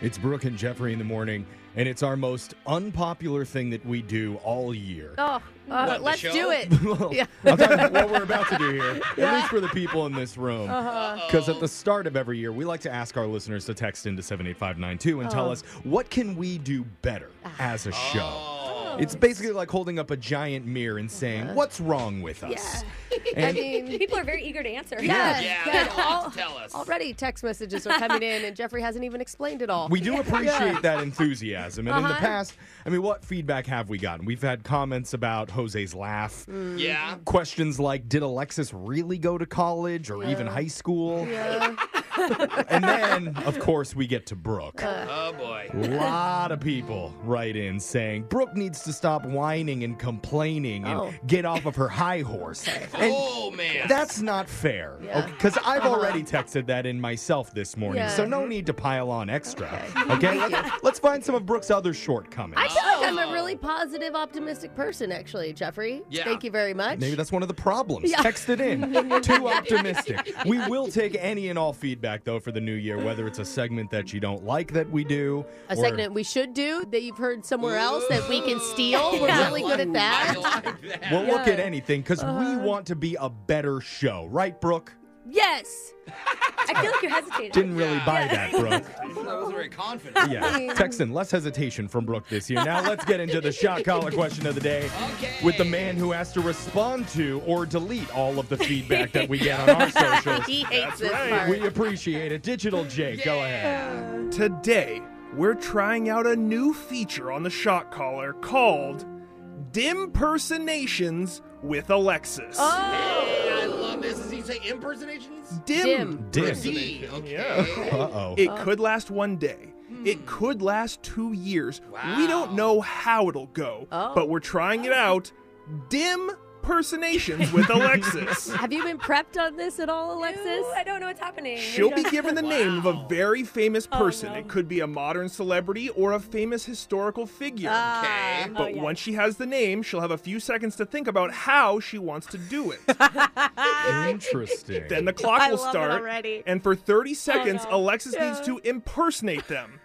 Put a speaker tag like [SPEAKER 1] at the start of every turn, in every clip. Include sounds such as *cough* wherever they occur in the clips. [SPEAKER 1] It's Brooke and Jeffrey in the morning, and it's our most unpopular thing that we do all year.
[SPEAKER 2] Oh, uh,
[SPEAKER 3] What, the
[SPEAKER 2] let's
[SPEAKER 3] show?
[SPEAKER 2] do it.
[SPEAKER 1] *laughs* Well,
[SPEAKER 2] Yeah.
[SPEAKER 1] *laughs* I'll tell you what we're about to do here, at least for the people in this room.
[SPEAKER 4] Uh-huh.
[SPEAKER 1] Because at the start of every year, we like to ask our listeners to text into 78592 and
[SPEAKER 4] Uh-huh.
[SPEAKER 1] tell us what can we do better
[SPEAKER 4] Ah.
[SPEAKER 1] as a show.
[SPEAKER 4] Oh.
[SPEAKER 1] It's basically like holding up a giant mirror and saying, "What's wrong with us?"
[SPEAKER 4] Uh-huh. *laughs* I
[SPEAKER 1] And-
[SPEAKER 4] mean, people are very eager to answer.
[SPEAKER 2] Yeah.
[SPEAKER 3] Yeah,
[SPEAKER 2] Yes,
[SPEAKER 3] they don't have
[SPEAKER 2] all-
[SPEAKER 3] to tell us.
[SPEAKER 4] Already text messages are coming in, and Jeffrey hasn't even explained it all.
[SPEAKER 1] We do appreciate that enthusiasm. And in the
[SPEAKER 4] Uh-huh.
[SPEAKER 1] past, I mean, what feedback have we gotten? We've had comments about Jose's laugh,
[SPEAKER 4] Mm.
[SPEAKER 3] Yeah.
[SPEAKER 1] questions like, did Alexis really go to college or even high
[SPEAKER 4] *laughs*
[SPEAKER 1] school?
[SPEAKER 4] Yeah.
[SPEAKER 1] And then, of course, we get to Brooke.
[SPEAKER 4] Uh.
[SPEAKER 1] A
[SPEAKER 3] Oh boy.
[SPEAKER 1] lot of people write in saying Brooke needs to stop whining and complaining and
[SPEAKER 4] Oh.
[SPEAKER 1] get off of her high horse. And
[SPEAKER 3] Oh man.
[SPEAKER 1] that's not fair.
[SPEAKER 4] Yeah. Uh-huh.
[SPEAKER 1] Because I've already texted that in myself this morning,
[SPEAKER 4] Yeah.
[SPEAKER 1] so no need to pile on extra. Okay, let's, let's find some of Brooke's other shortcomings.
[SPEAKER 4] I feel like I'm a really positive, optimistic person, actually, Jeffrey.
[SPEAKER 3] Yeah.
[SPEAKER 4] Thank you very much.
[SPEAKER 1] Maybe that's one of the problems.
[SPEAKER 4] *laughs* Yeah.
[SPEAKER 1] Text it in. Too optimistic. We will take any and all feedback, though, for the new year, whether it's a segment that you don't like that we do.
[SPEAKER 4] a
[SPEAKER 1] or-
[SPEAKER 4] segment we should do that you've heard somewhere else that we can steal. We're
[SPEAKER 3] Yeah.
[SPEAKER 4] really good
[SPEAKER 3] *laughs*
[SPEAKER 4] at
[SPEAKER 3] I
[SPEAKER 4] that.
[SPEAKER 3] like that.
[SPEAKER 1] We'll look
[SPEAKER 4] Yeah. Uh-huh.
[SPEAKER 1] at anything because we want to be a better show. Right, Brooke?
[SPEAKER 4] Yes.
[SPEAKER 5] I feel like you hesitated.
[SPEAKER 1] Didn't really
[SPEAKER 3] Yeah.
[SPEAKER 1] buy that,
[SPEAKER 4] *laughs*
[SPEAKER 1] Brooke.
[SPEAKER 3] I was
[SPEAKER 1] *laughs*
[SPEAKER 3] very confident.
[SPEAKER 1] Yeah. Text in less hesitation from Brooke this year. Now let's get into the shot collar question of the day
[SPEAKER 3] Okay.
[SPEAKER 1] with the man who has to respond to or delete all of the feedback that we get on
[SPEAKER 4] *laughs*
[SPEAKER 1] our socials.
[SPEAKER 4] he hates this part.
[SPEAKER 1] We appreciate it. Digital Jake, go ahead.
[SPEAKER 6] Today, we're trying out a new feature on the Shock Collar called Dim Personations with Alexis.
[SPEAKER 4] Oh,
[SPEAKER 3] Hey, I love this. Does he say impersonations?
[SPEAKER 4] Dim. Oh.
[SPEAKER 1] Dim.
[SPEAKER 3] D. Okay.
[SPEAKER 1] Uh-oh.
[SPEAKER 6] It could last one day.
[SPEAKER 4] Hmm.
[SPEAKER 6] It could last two years. We don't know how it'll go,
[SPEAKER 4] Oh.
[SPEAKER 6] but we're trying it out. Dim
[SPEAKER 4] *laughs*
[SPEAKER 6] Personations with Alexis.
[SPEAKER 4] Have you been prepped on this at all, Alexis?
[SPEAKER 5] Ooh, I don't know what's happening.
[SPEAKER 6] She'll
[SPEAKER 4] *laughs*
[SPEAKER 6] be given the name of a very famous
[SPEAKER 4] Oh,
[SPEAKER 6] person.
[SPEAKER 5] no.
[SPEAKER 6] It could be a modern celebrity or a famous historical figure.
[SPEAKER 4] Ah.
[SPEAKER 3] Okay.
[SPEAKER 4] Oh,
[SPEAKER 6] But
[SPEAKER 5] yeah.
[SPEAKER 6] once she has the name, she'll have a few seconds to think about how she wants to
[SPEAKER 4] *laughs*
[SPEAKER 6] do it.
[SPEAKER 1] Interesting.
[SPEAKER 6] then the clock
[SPEAKER 4] I
[SPEAKER 6] will
[SPEAKER 4] love it
[SPEAKER 6] start.
[SPEAKER 4] already. Oh,
[SPEAKER 6] And for 30 seconds,
[SPEAKER 5] no.
[SPEAKER 6] Alexis needs to impersonate them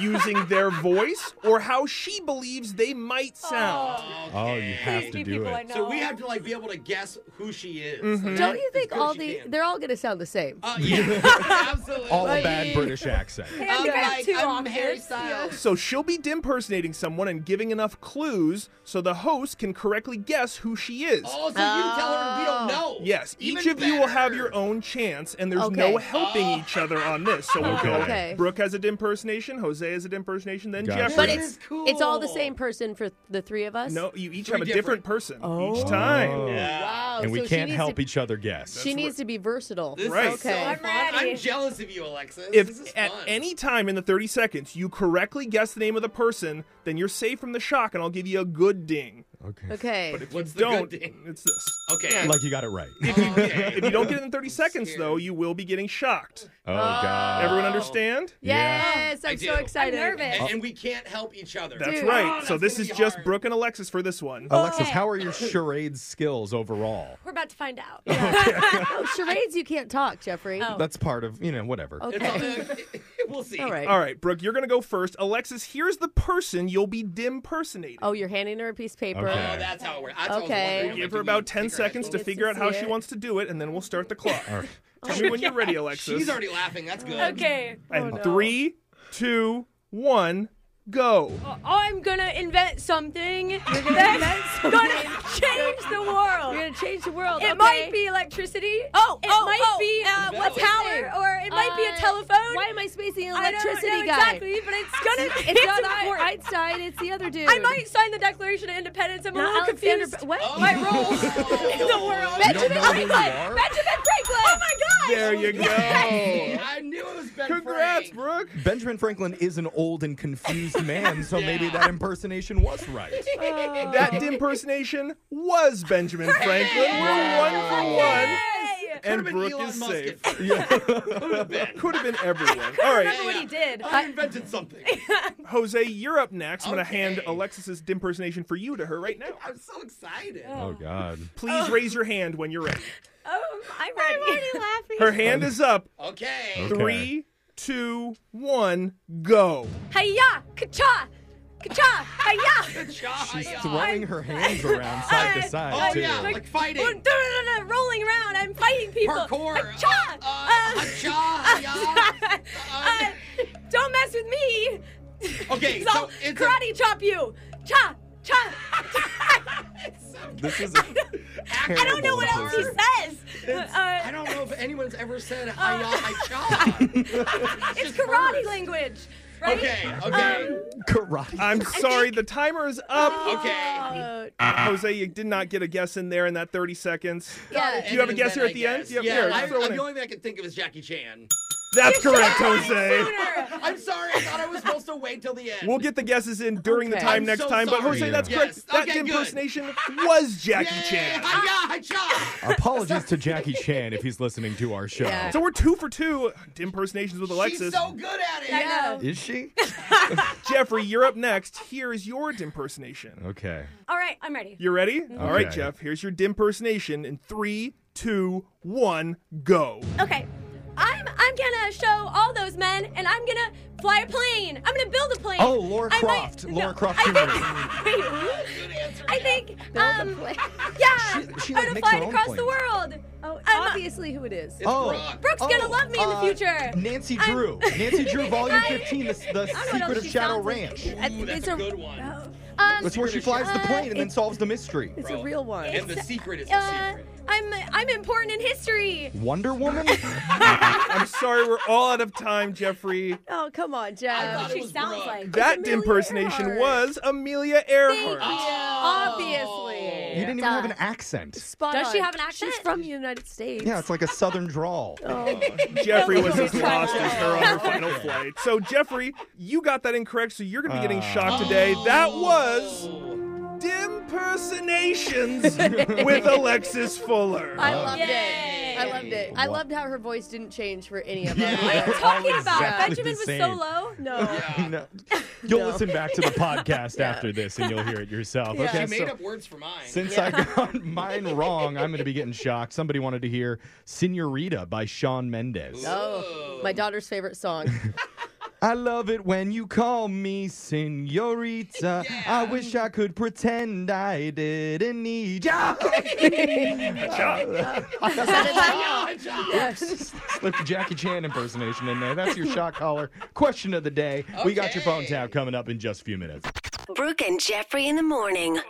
[SPEAKER 6] using their voice or how she believes they might sound.
[SPEAKER 1] oh, you have to
[SPEAKER 5] These
[SPEAKER 1] do
[SPEAKER 5] people I
[SPEAKER 1] it.
[SPEAKER 5] know.
[SPEAKER 3] So we have to like be able to guess who she is. Okay?
[SPEAKER 4] Don't you think
[SPEAKER 3] As good
[SPEAKER 4] all
[SPEAKER 3] as she
[SPEAKER 4] the
[SPEAKER 3] can.
[SPEAKER 4] they're all going to sound the same?
[SPEAKER 3] Uh, yeah, absolutely.
[SPEAKER 1] All a
[SPEAKER 3] *laughs*
[SPEAKER 1] bad British accent.
[SPEAKER 3] I'm
[SPEAKER 5] You
[SPEAKER 3] like,
[SPEAKER 5] guys too
[SPEAKER 3] I'm Harry
[SPEAKER 5] obvious.
[SPEAKER 3] Styles.
[SPEAKER 6] So she'll be impersonating someone and giving enough clues so the host can correctly guess who she is.
[SPEAKER 3] Oh, so you tell her we don't know.
[SPEAKER 6] Yes,
[SPEAKER 3] Even
[SPEAKER 6] each of you will have
[SPEAKER 3] better.
[SPEAKER 6] your own chance, and there's
[SPEAKER 4] Okay.
[SPEAKER 6] no helping each other on this. So we'll go.
[SPEAKER 4] Okay.
[SPEAKER 6] Brooke has an impersonation, Jose has an impersonation, then
[SPEAKER 1] Gotcha.
[SPEAKER 6] Jeffrey.
[SPEAKER 4] but
[SPEAKER 3] This
[SPEAKER 4] it's
[SPEAKER 3] is cool.
[SPEAKER 4] it's all the same person for the three of us.
[SPEAKER 6] no, you each
[SPEAKER 3] Three
[SPEAKER 6] have a different,
[SPEAKER 3] different.
[SPEAKER 6] person
[SPEAKER 4] Oh.
[SPEAKER 6] each time.
[SPEAKER 4] Wow.
[SPEAKER 1] and we
[SPEAKER 4] Oh, so she
[SPEAKER 1] can't
[SPEAKER 4] needs
[SPEAKER 1] help
[SPEAKER 4] to,
[SPEAKER 1] each other guess.
[SPEAKER 4] She needs to be versatile.
[SPEAKER 3] This
[SPEAKER 6] Right.
[SPEAKER 3] is so
[SPEAKER 4] Okay.
[SPEAKER 3] fun.
[SPEAKER 4] I'm
[SPEAKER 5] ready.
[SPEAKER 3] I'm jealous of you, Alexis. this is
[SPEAKER 6] If
[SPEAKER 3] fun.
[SPEAKER 6] at any time in the 30 seconds you correctly guess the name of the person, then you're safe from the shock, and I'll give you a good ding.
[SPEAKER 1] okay.
[SPEAKER 4] Okay.
[SPEAKER 6] If
[SPEAKER 3] What's the
[SPEAKER 6] you don't,
[SPEAKER 3] good ding?
[SPEAKER 6] *laughs* it's this.
[SPEAKER 3] Okay.
[SPEAKER 1] Like you got it right. Oh,
[SPEAKER 3] okay.
[SPEAKER 6] *laughs* If you don't get it
[SPEAKER 3] *laughs*
[SPEAKER 6] in 30 seconds, though, you will be getting shocked.
[SPEAKER 1] Oh, God.
[SPEAKER 6] Everyone understand?
[SPEAKER 4] Yes,
[SPEAKER 3] I
[SPEAKER 4] I'm
[SPEAKER 3] do.
[SPEAKER 4] so
[SPEAKER 3] I'm
[SPEAKER 4] excited. Oh.
[SPEAKER 5] nervous.
[SPEAKER 3] and, and we can't help each other.
[SPEAKER 6] That's
[SPEAKER 4] Dude.
[SPEAKER 6] right.
[SPEAKER 3] Oh,
[SPEAKER 6] so
[SPEAKER 3] that's
[SPEAKER 6] this
[SPEAKER 3] gonna
[SPEAKER 6] is
[SPEAKER 3] be
[SPEAKER 6] just
[SPEAKER 3] hard.
[SPEAKER 6] Brooke and Alexis for this one.
[SPEAKER 1] Alexis, how are your charade skills overall?
[SPEAKER 5] We're about to
[SPEAKER 4] *laughs*
[SPEAKER 5] find out.
[SPEAKER 4] Oh, charades, you can't talk, Jeffrey.
[SPEAKER 1] That's part of, you know, whatever.
[SPEAKER 3] It's
[SPEAKER 4] Oh. Okay.
[SPEAKER 3] all- *laughs* we'll see.
[SPEAKER 4] All right.
[SPEAKER 6] All right, Brooke, you're going to go first. Alexis, here's the person you'll be dimpersonating.
[SPEAKER 4] Oh, you're handing her a piece of paper.
[SPEAKER 3] Oh,
[SPEAKER 1] Okay.
[SPEAKER 3] that's how it works. That's what I was
[SPEAKER 4] Okay.
[SPEAKER 3] wondering.
[SPEAKER 6] Give
[SPEAKER 3] Like, do
[SPEAKER 6] her
[SPEAKER 3] we
[SPEAKER 6] about 10
[SPEAKER 3] take her head
[SPEAKER 6] seconds to
[SPEAKER 3] off?
[SPEAKER 4] Yes,
[SPEAKER 6] figure out
[SPEAKER 4] it's
[SPEAKER 6] how
[SPEAKER 4] it.
[SPEAKER 6] she wants to do it, and then we'll
[SPEAKER 1] *laughs*
[SPEAKER 6] start the clock.
[SPEAKER 1] All right.
[SPEAKER 6] Tell me when you're ready, Alexis.
[SPEAKER 3] *laughs* She's already laughing. That's good.
[SPEAKER 5] *laughs* Okay.
[SPEAKER 3] Oh,
[SPEAKER 6] and three, two, one, go.
[SPEAKER 3] Oh,
[SPEAKER 5] I'm gonna invent something that's gonna change the world.
[SPEAKER 4] You're going to change the world.
[SPEAKER 5] It
[SPEAKER 4] okay?
[SPEAKER 5] might be electricity.
[SPEAKER 4] Oh,
[SPEAKER 5] it
[SPEAKER 4] oh,
[SPEAKER 5] might
[SPEAKER 4] oh,
[SPEAKER 5] be uh,
[SPEAKER 3] Invalid.
[SPEAKER 5] what's power, or it might be a
[SPEAKER 4] Uh,
[SPEAKER 5] telephone.
[SPEAKER 4] Why am I spacing an
[SPEAKER 5] I don't know
[SPEAKER 4] electricity guy?
[SPEAKER 5] exactly, but it's gonna.
[SPEAKER 4] *laughs* It's,
[SPEAKER 5] *laughs* it's
[SPEAKER 4] not I-
[SPEAKER 5] important.
[SPEAKER 4] Einstein, it's the other dude.
[SPEAKER 5] I might sign the Declaration of Independence. I'm a
[SPEAKER 4] Not
[SPEAKER 5] little
[SPEAKER 4] Alexander-
[SPEAKER 5] confused.
[SPEAKER 4] what?
[SPEAKER 3] Oh.
[SPEAKER 5] *laughs* My roles in the world.
[SPEAKER 1] You don't know who you are?
[SPEAKER 5] Benjamin Franklin! Oh my gosh!
[SPEAKER 6] There you go.
[SPEAKER 3] *laughs* I knew it was Ben
[SPEAKER 6] *laughs* Congrats,
[SPEAKER 3] Frank.
[SPEAKER 6] Brooke.
[SPEAKER 1] Benjamin Franklin is an old and confused man, so maybe that impersonation was right.
[SPEAKER 6] That impersonation was Benjamin Franklin. We're one for one.
[SPEAKER 5] Yes!
[SPEAKER 3] Could've
[SPEAKER 6] And
[SPEAKER 3] been
[SPEAKER 6] Brooke
[SPEAKER 3] Elon
[SPEAKER 6] is
[SPEAKER 3] Musk
[SPEAKER 6] safe.
[SPEAKER 3] at first.
[SPEAKER 6] Could have been everyone. All right.
[SPEAKER 5] Remember what he did.
[SPEAKER 3] I
[SPEAKER 4] *laughs*
[SPEAKER 3] invented something.
[SPEAKER 6] Jose, you're up next. I'm going to
[SPEAKER 3] Okay.
[SPEAKER 6] hand Alexis's impersonation for you to her right now.
[SPEAKER 3] I'm so excited.
[SPEAKER 1] Oh, God.
[SPEAKER 6] Please raise your hand when you're ready.
[SPEAKER 5] Um, I'm Oh, ready.
[SPEAKER 6] Her hand is up.
[SPEAKER 3] Okay.
[SPEAKER 1] Okay.
[SPEAKER 6] Three, two, one, go.
[SPEAKER 5] Hiya, kacha, kacha, hiya. Uh,
[SPEAKER 1] She's throwing her hands around
[SPEAKER 5] *laughs*
[SPEAKER 1] side to side,
[SPEAKER 3] Oh,
[SPEAKER 1] too.
[SPEAKER 3] yeah, like fighting.
[SPEAKER 5] Oh, duh, duh, duh, duh, rolling around. I'm fighting people.
[SPEAKER 3] Parkour.
[SPEAKER 5] Hi-cha!
[SPEAKER 3] Uh, uh, hi-cha,
[SPEAKER 4] *laughs*
[SPEAKER 3] hi-ya.
[SPEAKER 5] Uh, don't mess with me.
[SPEAKER 3] Okay,
[SPEAKER 5] 'Cause
[SPEAKER 3] so
[SPEAKER 5] I'll
[SPEAKER 3] it's a-
[SPEAKER 5] karate chop you. Cha, cha. *laughs*
[SPEAKER 1] This is.
[SPEAKER 5] I don't know what else he says.
[SPEAKER 3] I
[SPEAKER 5] Uh,
[SPEAKER 3] don't know if anyone's ever said hiya,
[SPEAKER 5] *laughs*
[SPEAKER 3] hiya. just
[SPEAKER 5] it's karate
[SPEAKER 3] words.
[SPEAKER 5] language, right? Um,
[SPEAKER 3] Okay, okay,
[SPEAKER 1] Karate.
[SPEAKER 6] I'm sorry, the timer is
[SPEAKER 3] Oh.
[SPEAKER 6] up.
[SPEAKER 3] okay.
[SPEAKER 4] Uh,
[SPEAKER 6] Jose, you did not get a guess in there in that 30 seconds.
[SPEAKER 4] yeah.
[SPEAKER 6] you have a
[SPEAKER 3] Anything
[SPEAKER 6] guess here
[SPEAKER 3] that
[SPEAKER 6] at the
[SPEAKER 3] I
[SPEAKER 6] end?
[SPEAKER 3] guess.
[SPEAKER 6] You have-
[SPEAKER 3] Yeah,
[SPEAKER 6] here,
[SPEAKER 3] I,
[SPEAKER 6] throw it
[SPEAKER 3] I,
[SPEAKER 6] in.
[SPEAKER 3] the only thing I can think of is Jackie Chan.
[SPEAKER 6] That's correct,
[SPEAKER 5] Sooner.
[SPEAKER 6] Jose.
[SPEAKER 3] I'm sorry, I thought I was supposed to wait till the end.
[SPEAKER 6] We'll get the guesses in during the
[SPEAKER 4] Okay.
[SPEAKER 6] time
[SPEAKER 3] I'm
[SPEAKER 6] next
[SPEAKER 3] so
[SPEAKER 6] time, but
[SPEAKER 3] sorry.
[SPEAKER 6] Jose, that's
[SPEAKER 3] Yeah.
[SPEAKER 6] correct.
[SPEAKER 3] Yes.
[SPEAKER 6] That
[SPEAKER 3] Okay, good.
[SPEAKER 6] impersonation was Jackie
[SPEAKER 3] Yay,
[SPEAKER 6] Chan.
[SPEAKER 3] Hiya, hiya.
[SPEAKER 1] Apologies to Jackie Chan if he's listening to our show.
[SPEAKER 4] Yeah.
[SPEAKER 6] So we're two for two. Impersonations with Alexis.
[SPEAKER 3] She's so good at it.
[SPEAKER 5] I know.
[SPEAKER 1] Is she?
[SPEAKER 6] Jeffrey, you're up next. Here is your impersonation.
[SPEAKER 1] Okay.
[SPEAKER 5] All right, I'm ready.
[SPEAKER 6] You ready? All right,
[SPEAKER 1] Okay.
[SPEAKER 6] Jeff. Here's your impersonation in three, two, one, go.
[SPEAKER 5] Okay. I'm I'm gonna show all those men, and I'm gonna fly a plane. I'm gonna build a plane.
[SPEAKER 1] Oh, Laura
[SPEAKER 5] I
[SPEAKER 1] Croft. Laura Croft
[SPEAKER 5] I
[SPEAKER 1] Jr..
[SPEAKER 5] think- *laughs* wait,
[SPEAKER 3] Good answer.
[SPEAKER 5] I think.
[SPEAKER 4] Build a
[SPEAKER 5] um,
[SPEAKER 4] plane.
[SPEAKER 5] Yeah.
[SPEAKER 1] She- she, like,
[SPEAKER 5] I'm gonna
[SPEAKER 1] makes
[SPEAKER 5] fly
[SPEAKER 1] her
[SPEAKER 5] it
[SPEAKER 1] own
[SPEAKER 5] across the
[SPEAKER 1] planes.
[SPEAKER 5] world.
[SPEAKER 4] Oh,
[SPEAKER 5] I'm-
[SPEAKER 4] obviously who it is.
[SPEAKER 3] It's Brooke.
[SPEAKER 5] Brooke's gonna love me in the
[SPEAKER 1] Oh. uh,
[SPEAKER 5] future.
[SPEAKER 1] Nancy
[SPEAKER 5] I'm-
[SPEAKER 1] Drew. Nancy
[SPEAKER 5] *laughs*
[SPEAKER 1] Drew, Volume 15, The, the
[SPEAKER 5] I don't know what
[SPEAKER 1] Secret
[SPEAKER 5] else
[SPEAKER 1] of
[SPEAKER 5] she
[SPEAKER 1] Shadow
[SPEAKER 5] sounds like.
[SPEAKER 1] Ranch.
[SPEAKER 4] I-
[SPEAKER 3] Ooh, that's
[SPEAKER 4] it's
[SPEAKER 3] a good one.
[SPEAKER 4] Oh,
[SPEAKER 5] Um,
[SPEAKER 1] That's where she flies the
[SPEAKER 5] Uh,
[SPEAKER 1] plane and then
[SPEAKER 4] it-
[SPEAKER 1] solves the mystery.
[SPEAKER 4] it's a real one.
[SPEAKER 3] And the secret is the
[SPEAKER 5] uh,
[SPEAKER 3] secret.
[SPEAKER 5] I'm I'm important in history.
[SPEAKER 1] Wonder
[SPEAKER 5] *laughs*
[SPEAKER 1] Woman?
[SPEAKER 6] I'm sorry, we're all out of time,
[SPEAKER 3] *laughs*
[SPEAKER 6] Jeffrey.
[SPEAKER 4] oh, come on,
[SPEAKER 3] I
[SPEAKER 4] Jeff.
[SPEAKER 3] thought it
[SPEAKER 5] She
[SPEAKER 3] was
[SPEAKER 5] sounds
[SPEAKER 3] Brooke.
[SPEAKER 5] like.
[SPEAKER 6] That
[SPEAKER 4] Amelia
[SPEAKER 6] impersonation
[SPEAKER 4] Earhart.
[SPEAKER 6] was Amelia
[SPEAKER 5] Thank
[SPEAKER 6] Earhart.
[SPEAKER 4] Obviously.
[SPEAKER 1] You didn't even have an accent.
[SPEAKER 4] Spot
[SPEAKER 5] Does she
[SPEAKER 4] on.
[SPEAKER 5] have an accent?
[SPEAKER 4] She's from the United States.
[SPEAKER 1] Yeah, it's like a southern
[SPEAKER 5] *laughs*
[SPEAKER 1] drawl.
[SPEAKER 5] Oh.
[SPEAKER 6] *laughs* Jeffrey was
[SPEAKER 4] Don't
[SPEAKER 6] as
[SPEAKER 4] even try
[SPEAKER 6] lost
[SPEAKER 4] that.
[SPEAKER 6] as her on her final flight. So, Jeffrey, you got that incorrect, so you're going to be getting
[SPEAKER 1] Ah.
[SPEAKER 6] shocked today. That was impersonations *laughs* with Alexis Fuller.
[SPEAKER 4] I loved
[SPEAKER 5] Yay.
[SPEAKER 4] it. I loved it. I
[SPEAKER 1] Wow.
[SPEAKER 4] loved how her voice didn't change for any of
[SPEAKER 3] Yeah.
[SPEAKER 4] us.
[SPEAKER 5] What are you
[SPEAKER 1] All
[SPEAKER 5] talking about?
[SPEAKER 1] exactly
[SPEAKER 5] Benjamin
[SPEAKER 1] the
[SPEAKER 5] was so
[SPEAKER 1] same.
[SPEAKER 5] low.
[SPEAKER 4] *laughs* No.
[SPEAKER 5] *laughs*
[SPEAKER 1] No. You'll
[SPEAKER 4] No.
[SPEAKER 1] listen back to the podcast after this and you'll hear it yourself.
[SPEAKER 4] Yeah.
[SPEAKER 1] Okay,
[SPEAKER 3] She made
[SPEAKER 1] so
[SPEAKER 3] up words for mine.
[SPEAKER 1] since I got *laughs* mine wrong, I'm going to be getting shocked. Somebody wanted to hear Senorita by Sean Mendez.
[SPEAKER 4] Oh, my daughter's favorite song.
[SPEAKER 1] I love it when you call me Senorita. I wish I could pretend I didn't need ya.
[SPEAKER 3] Hiya, hiya.
[SPEAKER 1] Slip the Jackie Chan impersonation in there. That's your shot caller. Question of the day. We got your phone
[SPEAKER 3] Okay.
[SPEAKER 1] tab coming up in just a few minutes.
[SPEAKER 2] Brooke and Jeffrey in the morning.